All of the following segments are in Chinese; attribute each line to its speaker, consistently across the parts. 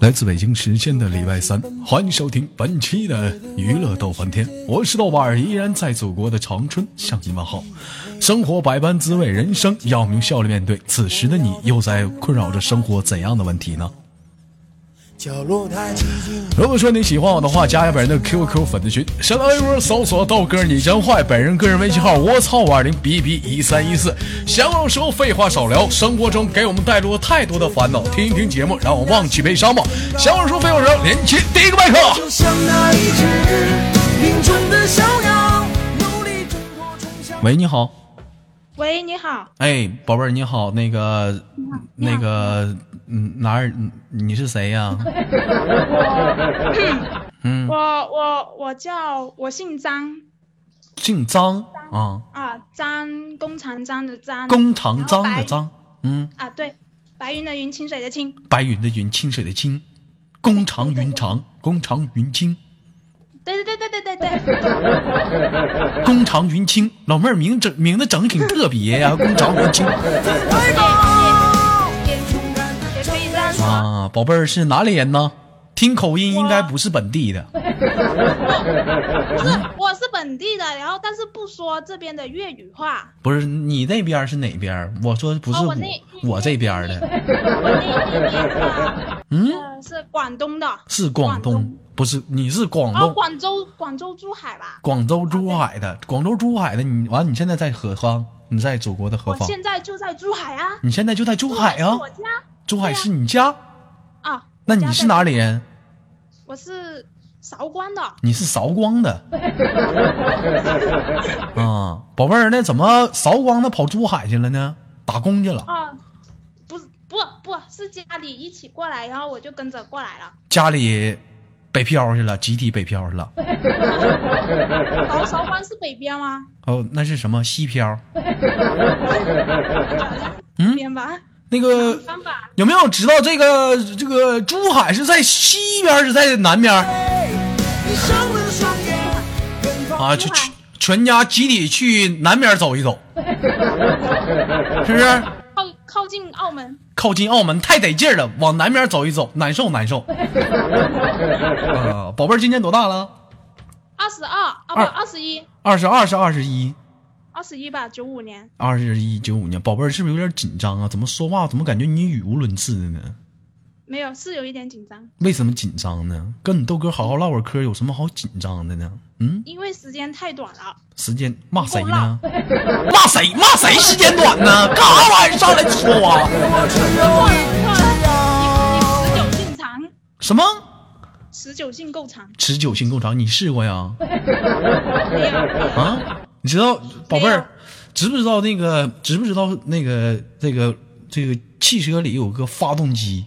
Speaker 1: 来自北京时间的礼拜三，欢迎收听本期的娱乐逗翻天，我是豆瓣儿，依然在祖国的长春向你问好。生活百般滋味，人生要我们用笑脸面对。此时的你又在困扰着生活怎样的问题呢？
Speaker 2: 角落太寂静，
Speaker 1: 如果说你喜欢我的话，加一下本人的 QQ 粉丝群，新浪微博搜索豆哥你真坏，本人个人微信号我操五二零 bb 一三一四。闲话少说，废话少聊，生活中给我们带来太多的烦恼，听一听节目，让我忘记悲伤吧。闲话少说，废话少聊，连接第一个麦克。
Speaker 2: 就像那一只林中的小羊，努力挣脱冲向。
Speaker 1: 喂，你好，
Speaker 3: 喂，你好，
Speaker 1: 哎，宝贝儿，你好，那个，
Speaker 3: 你好
Speaker 1: 那个，嗯，哪儿？你是谁 呀、嗯，
Speaker 3: 我我我叫我姓张
Speaker 1: 姓张啊，
Speaker 3: 啊，张工长张的张，
Speaker 1: 弓长张的张，嗯，
Speaker 3: 啊对，白云的云，清水的清，
Speaker 1: 白云的云，清水的清，弓长云长，弓长云清，
Speaker 3: 对对对对对对对，
Speaker 1: 弓长云清。老妹儿名整名字整得挺特别 呀、弓长云清
Speaker 3: 也也也可以这样说，
Speaker 1: 啊，宝贝儿是哪里人呢？听口音应该不是本地的。
Speaker 3: 不是，我是本地的，然后但是不说这边的粤语话，
Speaker 1: 不是你那边儿是哪边儿？我说不是
Speaker 3: 哦
Speaker 1: 我，
Speaker 3: 我那
Speaker 1: 我这边儿的，
Speaker 3: 我那那边
Speaker 1: 嗯，
Speaker 3: 呃是广东的，
Speaker 1: 是广东，
Speaker 3: 广东
Speaker 1: 不是你是广
Speaker 3: 哦
Speaker 1: 东，
Speaker 3: 广哦州广州珠海吧，
Speaker 1: 广州珠海的，广州珠海的。你完，你现在在何方？你在祖国的何
Speaker 3: 我
Speaker 1: 方？
Speaker 3: 现在就在珠海啊，
Speaker 1: 你现在就在珠海
Speaker 3: 是
Speaker 1: 啊？
Speaker 3: 我家
Speaker 1: 珠海
Speaker 3: 对啊
Speaker 1: 是你家？
Speaker 3: 啊，
Speaker 1: 那
Speaker 3: 我家
Speaker 1: 你是
Speaker 3: 在
Speaker 1: 哪？里人？
Speaker 3: 我是韶关的，
Speaker 1: 你是韶光 的。啊，宝贝儿，那怎么韶光的跑珠海去了呢？打工去了？
Speaker 3: 啊，不是，不不是家里一起过来，然后我就跟着过来了，
Speaker 1: 家里北漂去了，集体北漂去了。
Speaker 3: 韶韶关是北边吗？
Speaker 1: 哦，那是什么西漂？
Speaker 3: 嗯，边吧，
Speaker 1: 那个
Speaker 3: 方吧，
Speaker 1: 有没有知道这个这个珠海是在西边儿是在南边儿
Speaker 2: 闭上了双眼，远方
Speaker 1: 啊？
Speaker 3: 珠
Speaker 1: 就
Speaker 3: 海
Speaker 1: 全家集体去南边儿走一走，是不是？
Speaker 3: 靠靠近澳门，
Speaker 1: 靠近澳门太得劲儿了，往南边儿走一走，难受难受。啊，宝贝儿今年多大了？
Speaker 3: 二十二啊不
Speaker 1: 二
Speaker 3: 二十一，
Speaker 1: 二十二，是二十一，
Speaker 3: 二十一吧，九五年，
Speaker 1: 二十一九五年。宝贝儿是不是有点紧张啊？怎么说话怎么感觉你语无伦次的呢？
Speaker 3: 没有是有一点紧张，
Speaker 1: 为什么紧张呢？跟你豆哥好好唠会儿嗑，有什么好紧张的呢？嗯。
Speaker 3: 因为时间太短了，
Speaker 1: 时间骂谁呢？骂谁？骂谁时间短呢？干啥玩意儿？上来就说我啊
Speaker 2: 我只有
Speaker 3: 持久性长，
Speaker 1: 什么？
Speaker 3: 持久性够长，
Speaker 1: 持久性够长，你试过呀？
Speaker 3: 没有
Speaker 1: 啊，你知道宝贝
Speaker 3: 没
Speaker 1: 儿
Speaker 3: 有，
Speaker 1: 知不知道那个？知不知道那个？这个这个汽车里有个发动机，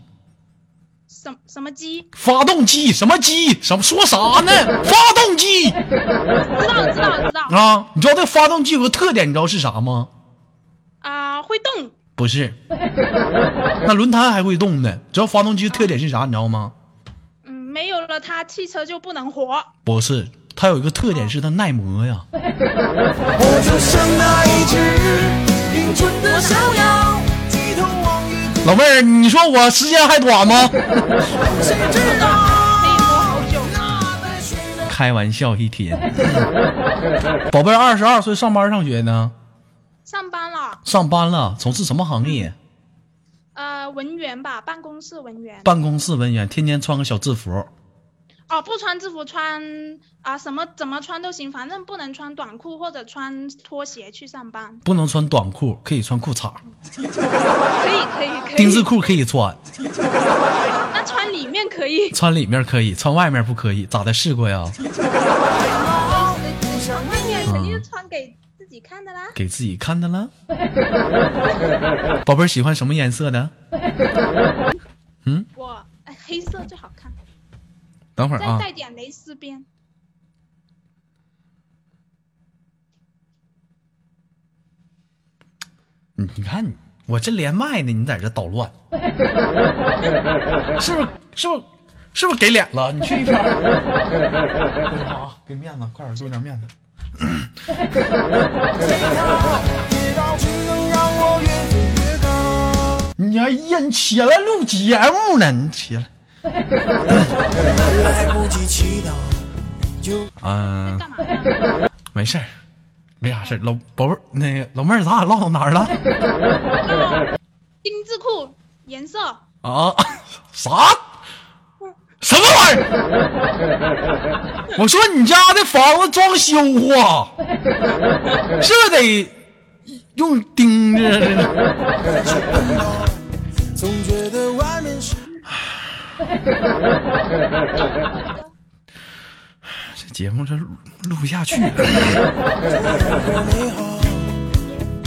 Speaker 3: 什什么鸡，
Speaker 1: 发动机什么机？什么说啥呢？发动机
Speaker 3: 知道知道知道
Speaker 1: 啊！你知道这发动机有个特点，你知道是啥吗？
Speaker 3: 啊，会动
Speaker 1: 不 是，那轮胎还会动呢。知道发动机的特点是啥？你知道吗？
Speaker 3: 嗯，没有了它，汽车就不能活。
Speaker 1: 不是，它有一个特点是它耐磨呀。
Speaker 2: 我就像那一只林中的小羊，低头望月，
Speaker 1: 老妹儿，你说我时间还短吗？
Speaker 2: 谁知道
Speaker 3: 可以活好久。
Speaker 2: 那白雪的
Speaker 1: 开玩笑一天。 宝贝儿，二十二岁上班上学呢？
Speaker 3: 上班了，
Speaker 1: 上班了，从事什么行业？
Speaker 3: 呃，文员吧，办公室文员。
Speaker 1: 办公室文员，天天穿个小制服。
Speaker 3: 哦，不穿制服穿啊、什么怎么穿都行，反正不能穿短裤或者穿拖鞋去上班。
Speaker 1: 不能穿短裤，可以穿裤衩，
Speaker 3: 可以可以可
Speaker 1: 丁字
Speaker 3: 以，
Speaker 1: 裤可以穿，
Speaker 3: 那穿里面可以。
Speaker 1: 穿里面可以，穿外面不可以，咋的？试过呀？
Speaker 3: 外面肯定是穿给自己看的啦。
Speaker 1: 给自己看的 了。宝贝儿喜欢什么颜色的？
Speaker 3: 我、哎、黑色最好看，
Speaker 1: 等会儿
Speaker 3: 再
Speaker 1: 啊，
Speaker 3: 带点蕾丝边。
Speaker 1: 你你看你，我这连麦呢，你在这捣乱，是不是？是不是？是不是给脸了？你去一边儿。 给啊，给面子，快点给我点面子。
Speaker 2: 跌倒，只能让我越飞越高。
Speaker 1: 你你哎呀，你起来录节目呢，你起来。
Speaker 2: 来不及祈祷，就
Speaker 1: 嗯、
Speaker 3: 干嘛呀？
Speaker 1: 没事儿，没啥事儿。老宝贝儿，那个老妹儿，咱俩唠哪儿了？
Speaker 3: 丁字裤颜色，
Speaker 1: 啊， 啥？什么玩意儿？我说你家的房子装修啊，是不是得用钉子啊似的？
Speaker 2: 总觉得外面是
Speaker 1: 这节目这录录不下去了。
Speaker 2: 多美好，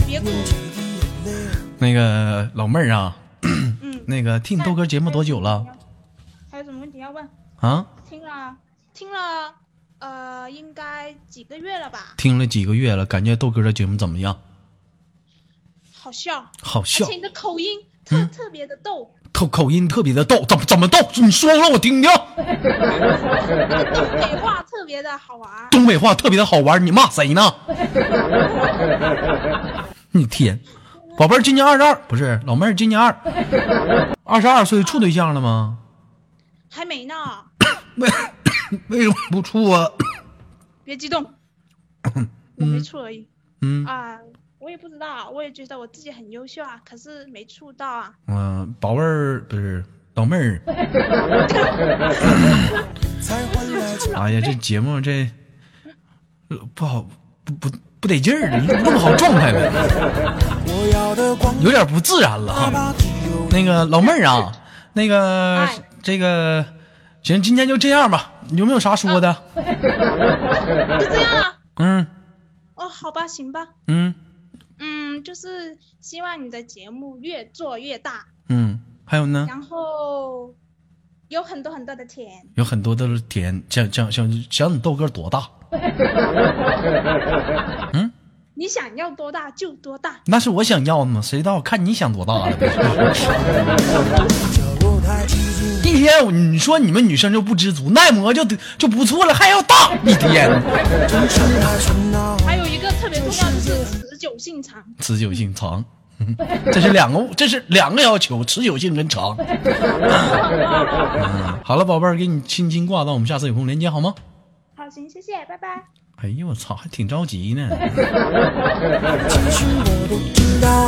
Speaker 3: 别哭，
Speaker 2: 几滴眼泪。
Speaker 1: 那个老妹儿啊， 那个听你豆哥节目多久了？
Speaker 3: 还有什么问题要问？
Speaker 1: 啊，
Speaker 3: 听了听了，呃，应该几个月了吧？
Speaker 1: 听了几个月了，感觉豆哥的节目怎么样？
Speaker 3: 好笑，
Speaker 1: 好
Speaker 3: 而
Speaker 1: 笑嗯
Speaker 3: 且，你的口音特、特别的逗，
Speaker 1: 口口音特别的逗，怎么怎么逗？你说让我听听。
Speaker 3: 东北话特别的好玩。
Speaker 1: 东北话特别的好玩，你骂谁 呢？你天，宝贝儿今年二十二，不是老妹儿今年二二十二岁，处对象了吗？
Speaker 3: 还没呢，
Speaker 1: 为为什么不处啊？
Speaker 3: 别激动，我没处而已。
Speaker 1: 嗯
Speaker 3: 啊、我也不知道，我也觉得我自己很优秀啊，可是没处到啊。
Speaker 1: 嗯、宝贝儿不是老妹儿，
Speaker 2: 才换来这
Speaker 1: 哎呀，这节目这呃不好不不不得劲儿了，弄不好状态了，
Speaker 2: 我要的光。
Speaker 1: 有点不自然了哈。
Speaker 2: 八滴油
Speaker 1: 那个老妹儿啊，那个
Speaker 3: 哎
Speaker 1: 这个行，今天就这样吧，有没有啥说的？
Speaker 3: 就这样啊？
Speaker 1: 嗯
Speaker 3: 哦，好吧，行吧，
Speaker 1: 嗯。
Speaker 3: 嗯，就是希望你的节目越做越大，
Speaker 1: 嗯，还有呢，
Speaker 3: 然后有很多很多的钱。
Speaker 1: 有很多的点，想想想想你豆哥多大？
Speaker 3: 你想要多大就多大，
Speaker 1: 那是我想要的吗？谁知道看你想多大了？
Speaker 2: 角落太寂静，
Speaker 1: 一天我你说你们女生就不知足，耐磨就得就不错了，还要大一天，
Speaker 2: 城市太喧闹，
Speaker 3: 还有一个特别重要就是持久性长。
Speaker 1: 持久性长。嗯这是两个，这是两个要求，持久性跟长。嗯好了，宝贝儿，给你轻轻挂断，我们下次有空连接好吗？
Speaker 3: 好，行，谢谢，拜拜。
Speaker 1: 哎呦我操，还挺着急呢。
Speaker 2: 其实哎我都知道，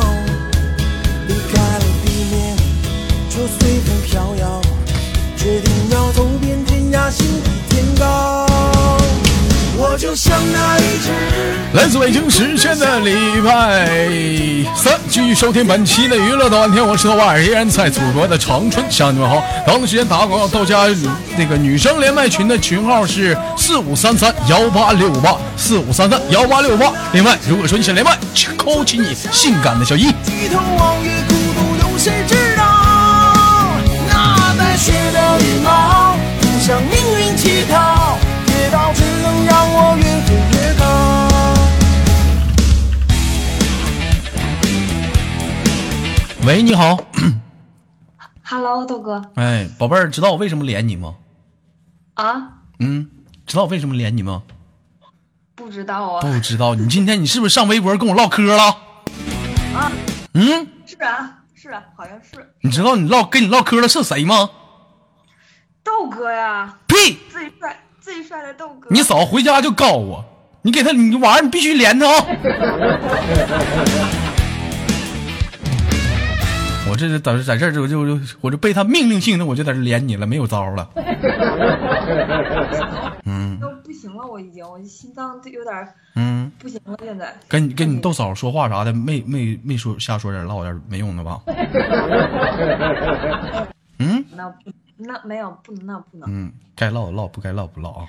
Speaker 2: 离开了地面就随风飘摇，决定要走遍天涯，心比天高。我就像那一只。
Speaker 4: 来自北京时间的礼拜三，继续收听本期的娱乐到半天，我是豆瓣儿，依然在祖国的长春向你们好。同样的时间打个广告，到家呃那个女生连麦群的群号是四五三三幺八六五八四五三三幺八六五八。另外，如果说你想连麦，扣起你性感的小姨。
Speaker 2: 低头望月，孤独有谁知道？那带血的羽毛，不向命运乞讨，跌倒只能让我越飞越高。
Speaker 1: 喂，你好，
Speaker 5: Hello，豆哥
Speaker 1: 哎，宝贝儿，知道我为什么连你吗？
Speaker 5: 啊，
Speaker 1: 嗯，知道我为什么连你吗？
Speaker 5: 不知道啊，
Speaker 1: 不知道你今天你是不是上微博跟我唠嗑了？
Speaker 5: 啊，
Speaker 1: 嗯，
Speaker 5: 是啊，是啊，好像是
Speaker 1: 你知道你唠跟你唠嗑的是谁吗？
Speaker 5: 豆哥呀，
Speaker 1: 屁！
Speaker 5: 最帅最帅的豆哥，
Speaker 1: 你嫂回家就告我，你给他你晚上你必须连他啊、 我这是在在这儿就就就我就被他命令性的我就在这连你了，没有招了。
Speaker 5: 都不行了，我已经，我心脏都有点
Speaker 1: 嗯，
Speaker 5: 不行了，现在
Speaker 1: 跟你跟你豆嫂说话啥的，没没没说瞎说点唠点没用的吧？
Speaker 5: 那不那没有不能那不能，
Speaker 1: 嗯，该唠的唠，不该唠不唠啊。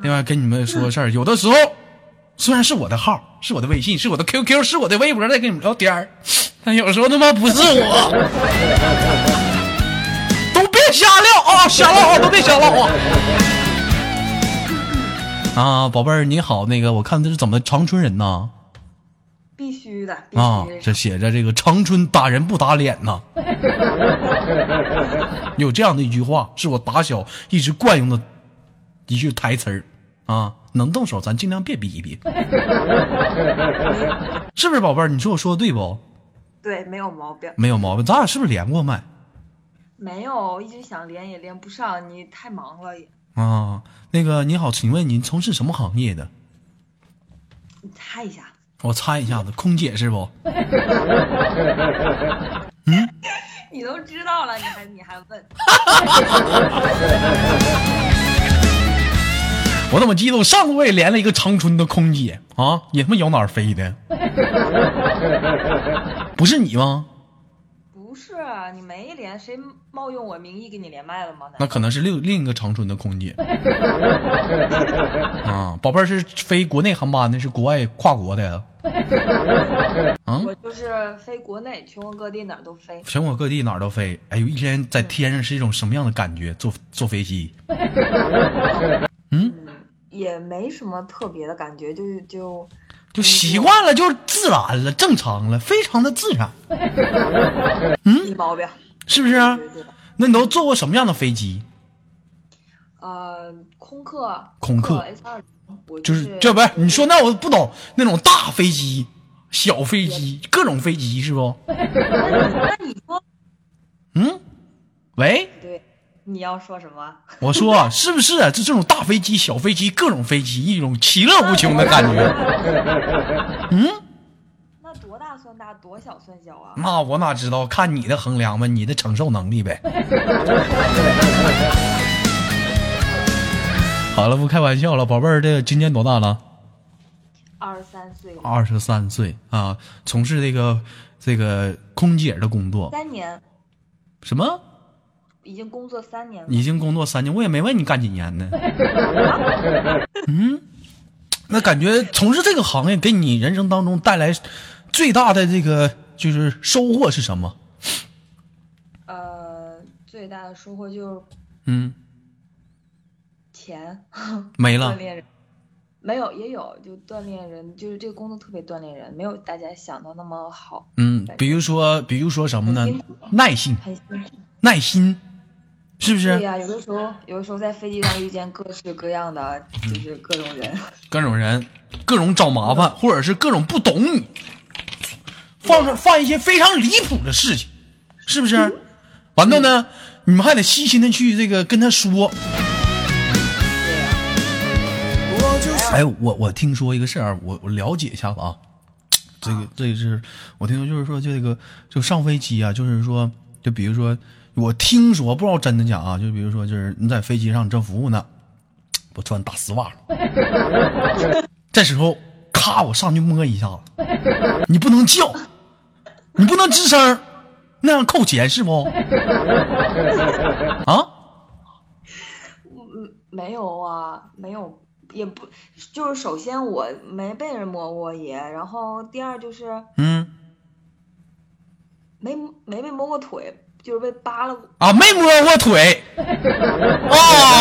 Speaker 1: 另外跟你们说个事儿，有的时候虽然是我的号，是我的微信，是我的 QQ，是我的微博在跟你们聊天儿，但有时候他妈不是我，都别瞎唠啊，瞎唠啊，都别瞎唠啊。啊，宝贝儿你好，那个我看这是怎么长春人呐？
Speaker 5: 必须的，必
Speaker 1: 啊，
Speaker 5: 须
Speaker 1: 这写着这个长春打人不打脸 呐，有这样的一句话，是我打小一直惯用的一句台词儿啊，能动手咱尽 量别逼一逼，是不是宝贝儿？你说我说的对不？
Speaker 5: 对，没有毛病，
Speaker 1: 没有毛病。咱俩是不是连过麦
Speaker 5: 没有，一直想连也连不上，你太忙了也，
Speaker 1: 啊？那个你好，请问您从事什么行业的？
Speaker 5: 你猜一下，
Speaker 1: 我猜一下子，空姐是不？
Speaker 5: 你都知道了，你还你还问，
Speaker 1: 我怎么记得我上次我也连了一个长春的空姐啊，也他妈摇哪儿飞的？不是你吗？
Speaker 5: 不是啊你没连，谁冒用我名义给你连麦了吗？
Speaker 1: 那可能是另另一个长春的空姐。啊，宝贝儿是飞国内航班的，是国外跨国的呀？啊
Speaker 5: 我就是飞国内，全国各地哪儿都飞，
Speaker 1: 全国各地哪儿都飞。哎呦，一天在天上是一种什么样的感觉？坐坐飞机，
Speaker 5: 也没什么特别的感觉，就就
Speaker 1: 就习惯了，就自然了，正常了，非常的自然，
Speaker 5: 一毛病，
Speaker 1: 是嗯不是啊、
Speaker 5: 对对的。
Speaker 1: 那你都坐过什么样的飞机？
Speaker 5: 呃，空客，
Speaker 1: 空客
Speaker 5: S 二零，我
Speaker 1: 就是这不是你说那我不懂那种大飞机、小飞机、各种飞机是不？
Speaker 5: 那你说
Speaker 1: 嗯，喂，
Speaker 5: 对，你要说什么？
Speaker 1: 我说啊是不是？就这种大飞机、小飞机、各种飞机，一种其乐无穷的感 觉。嗯
Speaker 5: 那多大算大，多小算小啊？
Speaker 1: 那我哪知道？看你的衡量吧，你的承受能力呗。好了，不开玩笑了，宝贝儿，这个今年多大了？
Speaker 5: 二十三岁了，
Speaker 1: 二十三岁啊，从事这个这个空姐的工作。
Speaker 5: 三年，
Speaker 1: 什么？
Speaker 5: 已经工作三年了。
Speaker 1: 已经工作三年，我也没问你干几年呢。 嗯，那感觉从事这个行业给你人生当中带来最大的这个就是收获是什么？
Speaker 5: 呃，最大的收获就是
Speaker 1: 嗯，
Speaker 5: 钱，
Speaker 1: 没
Speaker 5: 锻
Speaker 1: 了。
Speaker 5: 炼人。没有，也有，就锻炼人，就是这个工作特别锻炼人，没有大家想的那么好，
Speaker 1: 嗯，比如说，比如说什么呢
Speaker 5: 很辛？
Speaker 1: 耐心，
Speaker 5: 很辛苦。
Speaker 1: 耐心，是不
Speaker 5: 对
Speaker 1: 是？
Speaker 5: 呀、有的时候，有的时候在飞机上遇见各式各样的，
Speaker 1: 嗯
Speaker 5: 就是各种人。
Speaker 1: 各种人，各种找麻
Speaker 5: 嗯
Speaker 1: 烦，或者是各种不懂你，放上放一些非常离谱的事情，是不
Speaker 5: 嗯
Speaker 1: 是？完了呢，你们还得细心的去这个跟他说。
Speaker 2: 我就
Speaker 1: 哎，我我听说一个事儿，啊我我了解一下子啊。这个这个是我听说，就是说这个就上飞机啊，就是说，就比如说我听说，不知道真的假啊，就比如说就是你在飞机上正服务呢，我穿大丝袜了 这时候咔我上去摸一下子，你不能叫，你不能吱声儿，那样扣钱是不？啊？
Speaker 5: 嗯，没有啊，没有，也不，就是首先我没被人摸过也，然后第二就是
Speaker 1: 嗯
Speaker 5: 没没被摸过腿，就是被扒拉过。
Speaker 1: 啊，没摸过腿啊，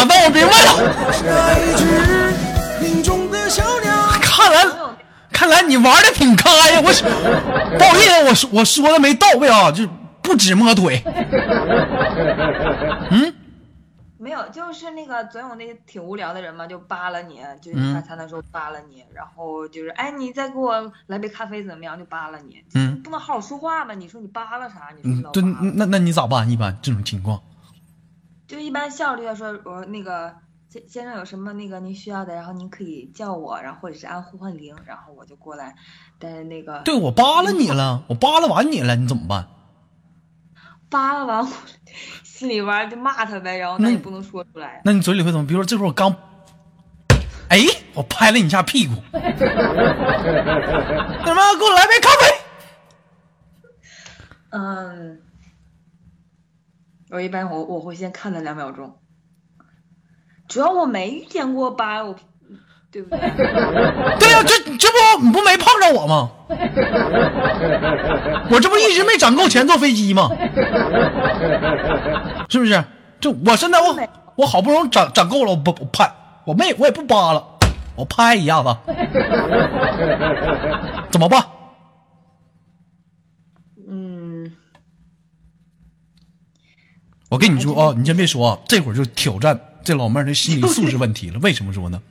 Speaker 1: 那我明白了。
Speaker 2: 那一只林中的小鸟。
Speaker 1: 看
Speaker 5: 没
Speaker 1: 来，
Speaker 5: 有，
Speaker 1: 看来你玩的挺开呀！我是不好意思，我说我说的没到位啊，就不止摸腿。
Speaker 5: 没有，就是那个总有那些挺无聊的人嘛，就扒拉你，就是
Speaker 1: 嗯
Speaker 5: 你看他那时候扒拉你，然后就是哎，你再给我来杯咖啡怎么样？就扒拉你，
Speaker 1: 嗯
Speaker 5: 不能好好说话吗？你说你扒拉啥？你说
Speaker 1: 嗯
Speaker 5: 你老，
Speaker 1: 对，
Speaker 5: 扒拉，
Speaker 1: 那那你咋办？一般这种情况，
Speaker 5: 就一般效率要说，我说那个先先生有什么那个您需要的，然后您可以叫我，然后或者是按呼唤铃，然后我就过来，但是那个
Speaker 1: 对我扒拉你了，我扒拉完你了，你怎么办？
Speaker 5: 扒拉完，我心里边儿就骂他呗，然后
Speaker 1: 那
Speaker 5: 但
Speaker 1: 你
Speaker 5: 也不能说出来。
Speaker 1: 那你嘴里会怎么？比如说这会儿我刚，哎，我拍了你一下屁股，他妈给我来杯咖啡。
Speaker 5: 嗯，我一般我我会先看他两秒钟，主要我没遇见过扒拉我，对不对？
Speaker 1: 对呀、这这不你不没碰着我吗？我这不一直没攒够钱坐飞机吗？是不是？这我现在我我好不容易攒攒够了，我不我拍我没我也不扒了，我拍一下子，怎么办？
Speaker 5: 嗯，
Speaker 1: 我跟你说啊、你先别说啊，这会儿就挑战这老妹儿的心理素质问题了。为什么说呢？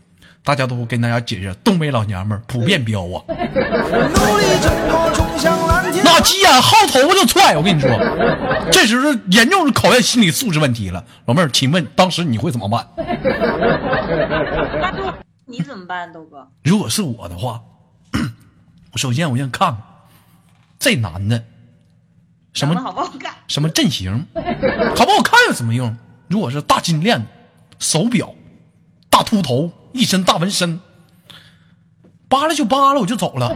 Speaker 1: 大家都跟大家解释，东北老娘们儿普遍彪啊，
Speaker 2: 努力挣脱，冲向蓝天。
Speaker 1: 那急眼薅头发就踹。我跟你说，这时候严重是考验心理素质问题了。老妹儿，请问当时你会怎么办？
Speaker 5: 那就你怎么办，豆哥？
Speaker 1: 如果是我的话， 首先我先看看这男的什
Speaker 5: 长
Speaker 1: 么
Speaker 5: 得好不好看？
Speaker 1: 什么阵型，好不好看有什么用？如果是大金链子、手表、大秃头、一身大纹身，扒拉就扒拉，我就走了。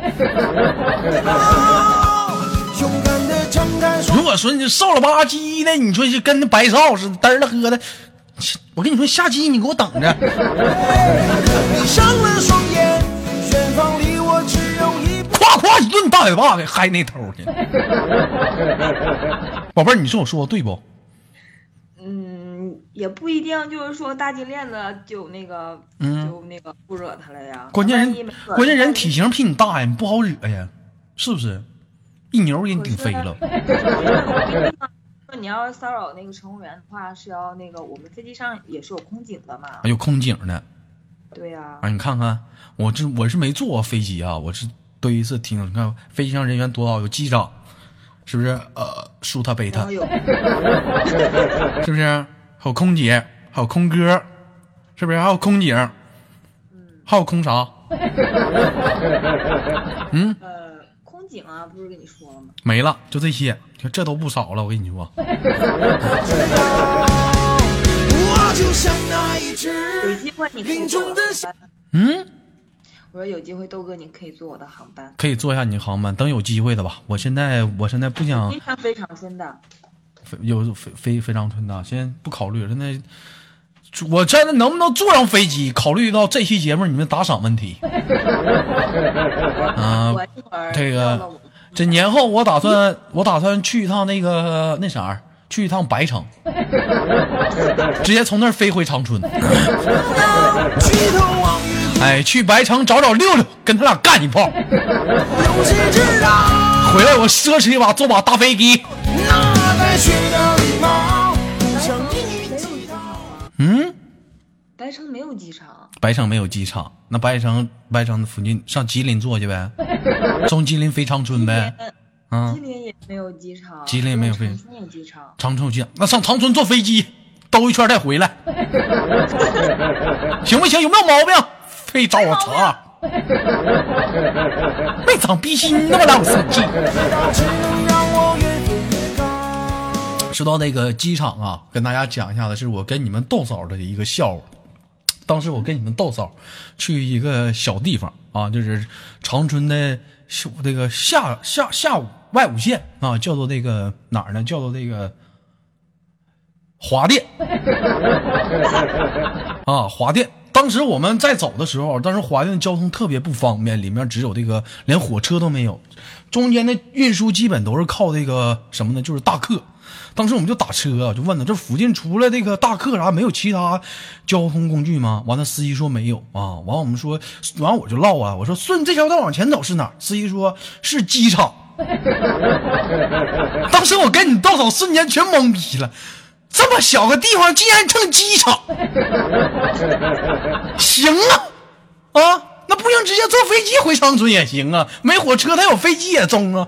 Speaker 2: 勇敢的张开双
Speaker 1: 如果说你瘦了吧唧的，你说是跟那白少似的，嘚了喝的，我跟你说下机你给我等着。
Speaker 2: 臂，上了双眼，远方离我只有一步。
Speaker 1: 夸夸一顿大嘴巴给嗨那头去。宝贝儿，你说我说的对不？
Speaker 5: 嗯，也不一定，就是说大金链子就那个，就那个不惹他了呀。
Speaker 1: 嗯关键
Speaker 5: 万一
Speaker 1: 人
Speaker 5: 没惹他
Speaker 1: 关键人
Speaker 5: 万一
Speaker 1: 体型比你大呀，你不好惹呀，是不是？一牛给你顶飞 了。
Speaker 5: 说你要骚扰那个乘务员的话，是要那个我们飞机上也是有空警的嘛？
Speaker 1: 还有空警呢。
Speaker 5: 对呀、
Speaker 1: 啊，你看看，我这我是没坐过飞机啊，我是头一次听。你看飞机上人员多少，有机长，是不是？呃，舒塔贝
Speaker 5: 然
Speaker 1: 塔
Speaker 5: 后，有
Speaker 1: 是不是？还有空姐，还有空哥，是不是？还有空警，还有空啥？
Speaker 5: 呃空警啊，不是跟你说了吗？
Speaker 1: 没了，就这些，就这都不少了。我跟你说，
Speaker 2: 我就像那一
Speaker 5: 有
Speaker 2: 只
Speaker 5: 机会你可以坐我的航班。
Speaker 1: 嗯，
Speaker 5: 我说有机会豆哥你可以坐我的航班，
Speaker 1: 可以坐一下你的航班，等有机会的吧。我现在我现在不想
Speaker 5: 非常非常真
Speaker 1: 啊
Speaker 5: 的。
Speaker 1: 非有非非非常春的，现在不考虑了。现在我真的能不能坐上飞机？考虑到这期节目你们打赏问题。啊
Speaker 5: 我一会儿
Speaker 1: 这
Speaker 5: 到了
Speaker 1: 个
Speaker 5: 我
Speaker 1: 这年后我打算我打算去一趟那个那啥儿，去一趟白城，直接从那儿飞回长春。
Speaker 2: 举头望月，
Speaker 1: 哎，去白城找找六六，跟他俩干一炮，
Speaker 2: 有谁知道
Speaker 1: 回来我奢侈一把，坐把大飞机。
Speaker 2: 那带血的礼貌，像一
Speaker 5: 没有机场啊，
Speaker 1: 嗯，
Speaker 5: 白城没有机场，
Speaker 1: 白城没有机场，那白城白城的附近上吉林坐去呗，从吉林飞长春呗。啊
Speaker 5: 吉，林也没有机场，
Speaker 1: 吉林没有飞
Speaker 5: 长春有机场。
Speaker 1: 长春有机场，那上长春坐飞机兜一圈再回来，行不行？有没有毛病？非找我茬，没长逼心，那么让我生气。
Speaker 2: 道，只能让我越飞越高。
Speaker 1: 说到那个机场啊，跟大家讲一下子，是我跟你们逗嫂的一个笑话。当时我跟你们逗嫂去一个小地方啊，就是长春的下这个下下下外五县啊，叫做那个哪儿呢？叫做那个华电啊，华电。当时我们在走的时候，当时华电交通特别不方便，里面只有这个连火车都没有，中间的运输基本都是靠这个什么呢？就是大客。当时我们就打车啊，就问他这附近除了这个大客啥，没有其他交通工具吗？完了，司机说没有啊。完我们说，完我就唠啊，我说顺这条道往前走是哪儿？司机说是机场。 当时我跟你到手瞬间全懵逼了，这么小个地方竟然成机场，行啊啊！那不行，直接坐飞机回长春也行啊，没火车他有飞机也中啊。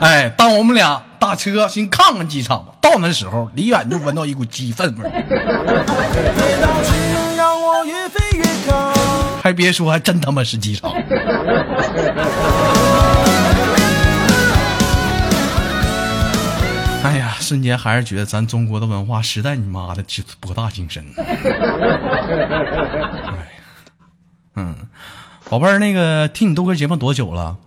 Speaker 1: 哎，当我们俩打车先看看机场吧，到那时候离远就闻到一股鸡粪味儿，
Speaker 2: 飞到只能让我越飞越高。
Speaker 1: 还别说，还真他妈是机场。 哎呀，瞬间还是觉得咱中国的文化实在你妈的之博大精深。 哎，嗯，宝贝儿，那个听你豆哥节目多久了？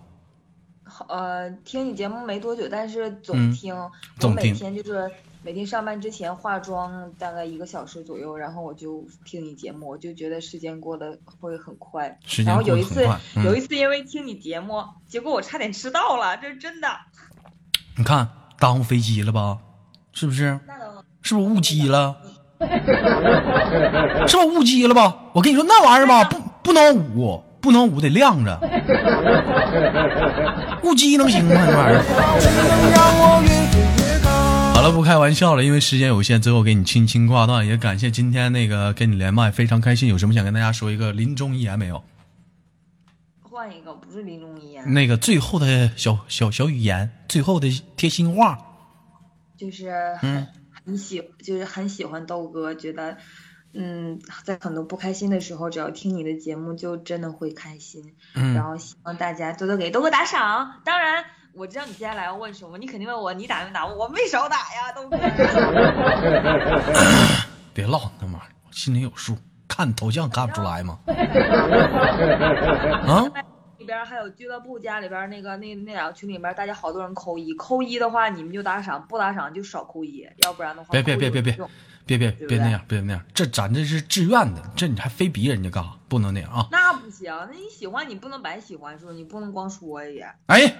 Speaker 5: 好呃，听你节目没多久，但是总
Speaker 1: 嗯
Speaker 5: 听。我
Speaker 1: 总
Speaker 5: 每
Speaker 1: 听
Speaker 5: 天就是每天上班之前化妆大概一个小时左右，然后我就听你节目，我就觉得时间过得会很快。
Speaker 1: 时间
Speaker 5: 然后
Speaker 1: 过
Speaker 5: 有
Speaker 1: 得
Speaker 5: 一
Speaker 1: 很
Speaker 5: 次
Speaker 1: 快，嗯
Speaker 5: 有一次因为听你节目，结果我差点迟到了，这是真的。
Speaker 1: 你看耽误飞机了吧？是不是？
Speaker 5: 那倒
Speaker 1: 是不是误机了？是不是误机了吧？我跟你说那玩意儿吧，不不能捂，不能捂，得晾着。误机能行吗？那玩意儿。
Speaker 2: 只能让我越飞越高。
Speaker 1: 好了，不开玩笑了，因为时间有限，最后给你轻轻挂断。也感谢今天那个跟你连麦，非常开心。有什么想跟大家说一个临终遗言没有？
Speaker 5: 换一个，不是林中一啊言，
Speaker 1: 那个最后的小小小语言，最后的贴心话。
Speaker 5: 就是
Speaker 1: 嗯
Speaker 5: 很很喜，就是很喜欢豆哥，觉得，嗯，在很多不开心的时候，只要听你的节目，就真的会开心。
Speaker 1: 嗯
Speaker 5: 然后希望大家多多给豆哥打赏。当然，我知道你接下来要问什么，你肯定问我，你打没打？我没少打呀，豆哥。
Speaker 1: 别唠那玩意儿，我心里有数。看头像看不出来吗？啊，
Speaker 5: 里边还有俱乐部家里边那个那那两个群里边，大家好多人扣一，扣一的话你们就打赏，不打赏就少扣一，要不然的话
Speaker 1: 别别
Speaker 5: 扣一
Speaker 1: 别别别
Speaker 5: 有用
Speaker 1: 别别
Speaker 5: 对不
Speaker 1: 别
Speaker 5: 对
Speaker 1: 那样，别那样，这咱这是自愿的，这你还非逼人家干啥？不能那样啊！
Speaker 5: 那不行，那你喜欢你不能白喜欢，是不是？你不能光说也。
Speaker 1: 哎，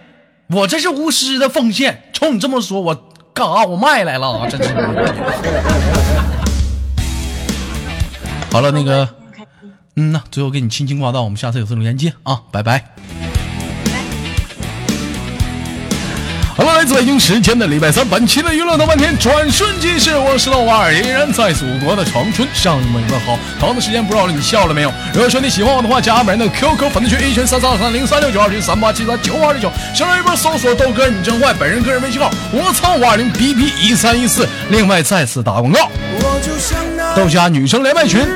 Speaker 1: 我这是无私的奉献。瞅你这么说，我干啥？我卖来了啊！真是。 好了，那个，嗯呐，最后给你轻轻挂断，我们下次有次连接啊，拜拜。好了，来自北京时间的礼拜三，本期的娱乐豆半天转瞬即逝，我是豆瓣儿，依然在祖国的长春向你们问好。同样的时间，不知道你笑了没有？如果说你喜欢我的话，加本人的 QQ 粉丝群一群三三二三零三六九二群三八七三九二六九，新浪微博搜索豆哥你真坏，本人个人微信号我操五二零 B B 一三一四。另外再次打广告。
Speaker 2: 我就像那
Speaker 1: 豆家女生连麦群。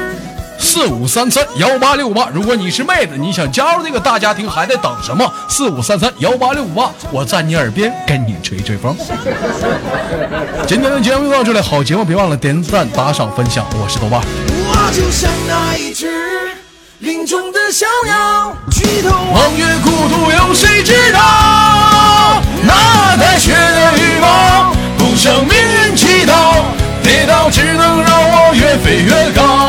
Speaker 1: 四五三三幺八六八，如果你是妹子，你想加入这个大家庭，还在等什么？四五三三幺八六八，我在你耳边跟你吹吹风。今天的节目就到这里，好节目别忘了点赞、打赏、分享。我是豆瓣儿，
Speaker 2: 我就像那一只林中的小鸟，举头望。
Speaker 1: 望月孤独，有谁知道？那带血的羽毛，不向命运祈祷，跌倒只能让我越飞越高。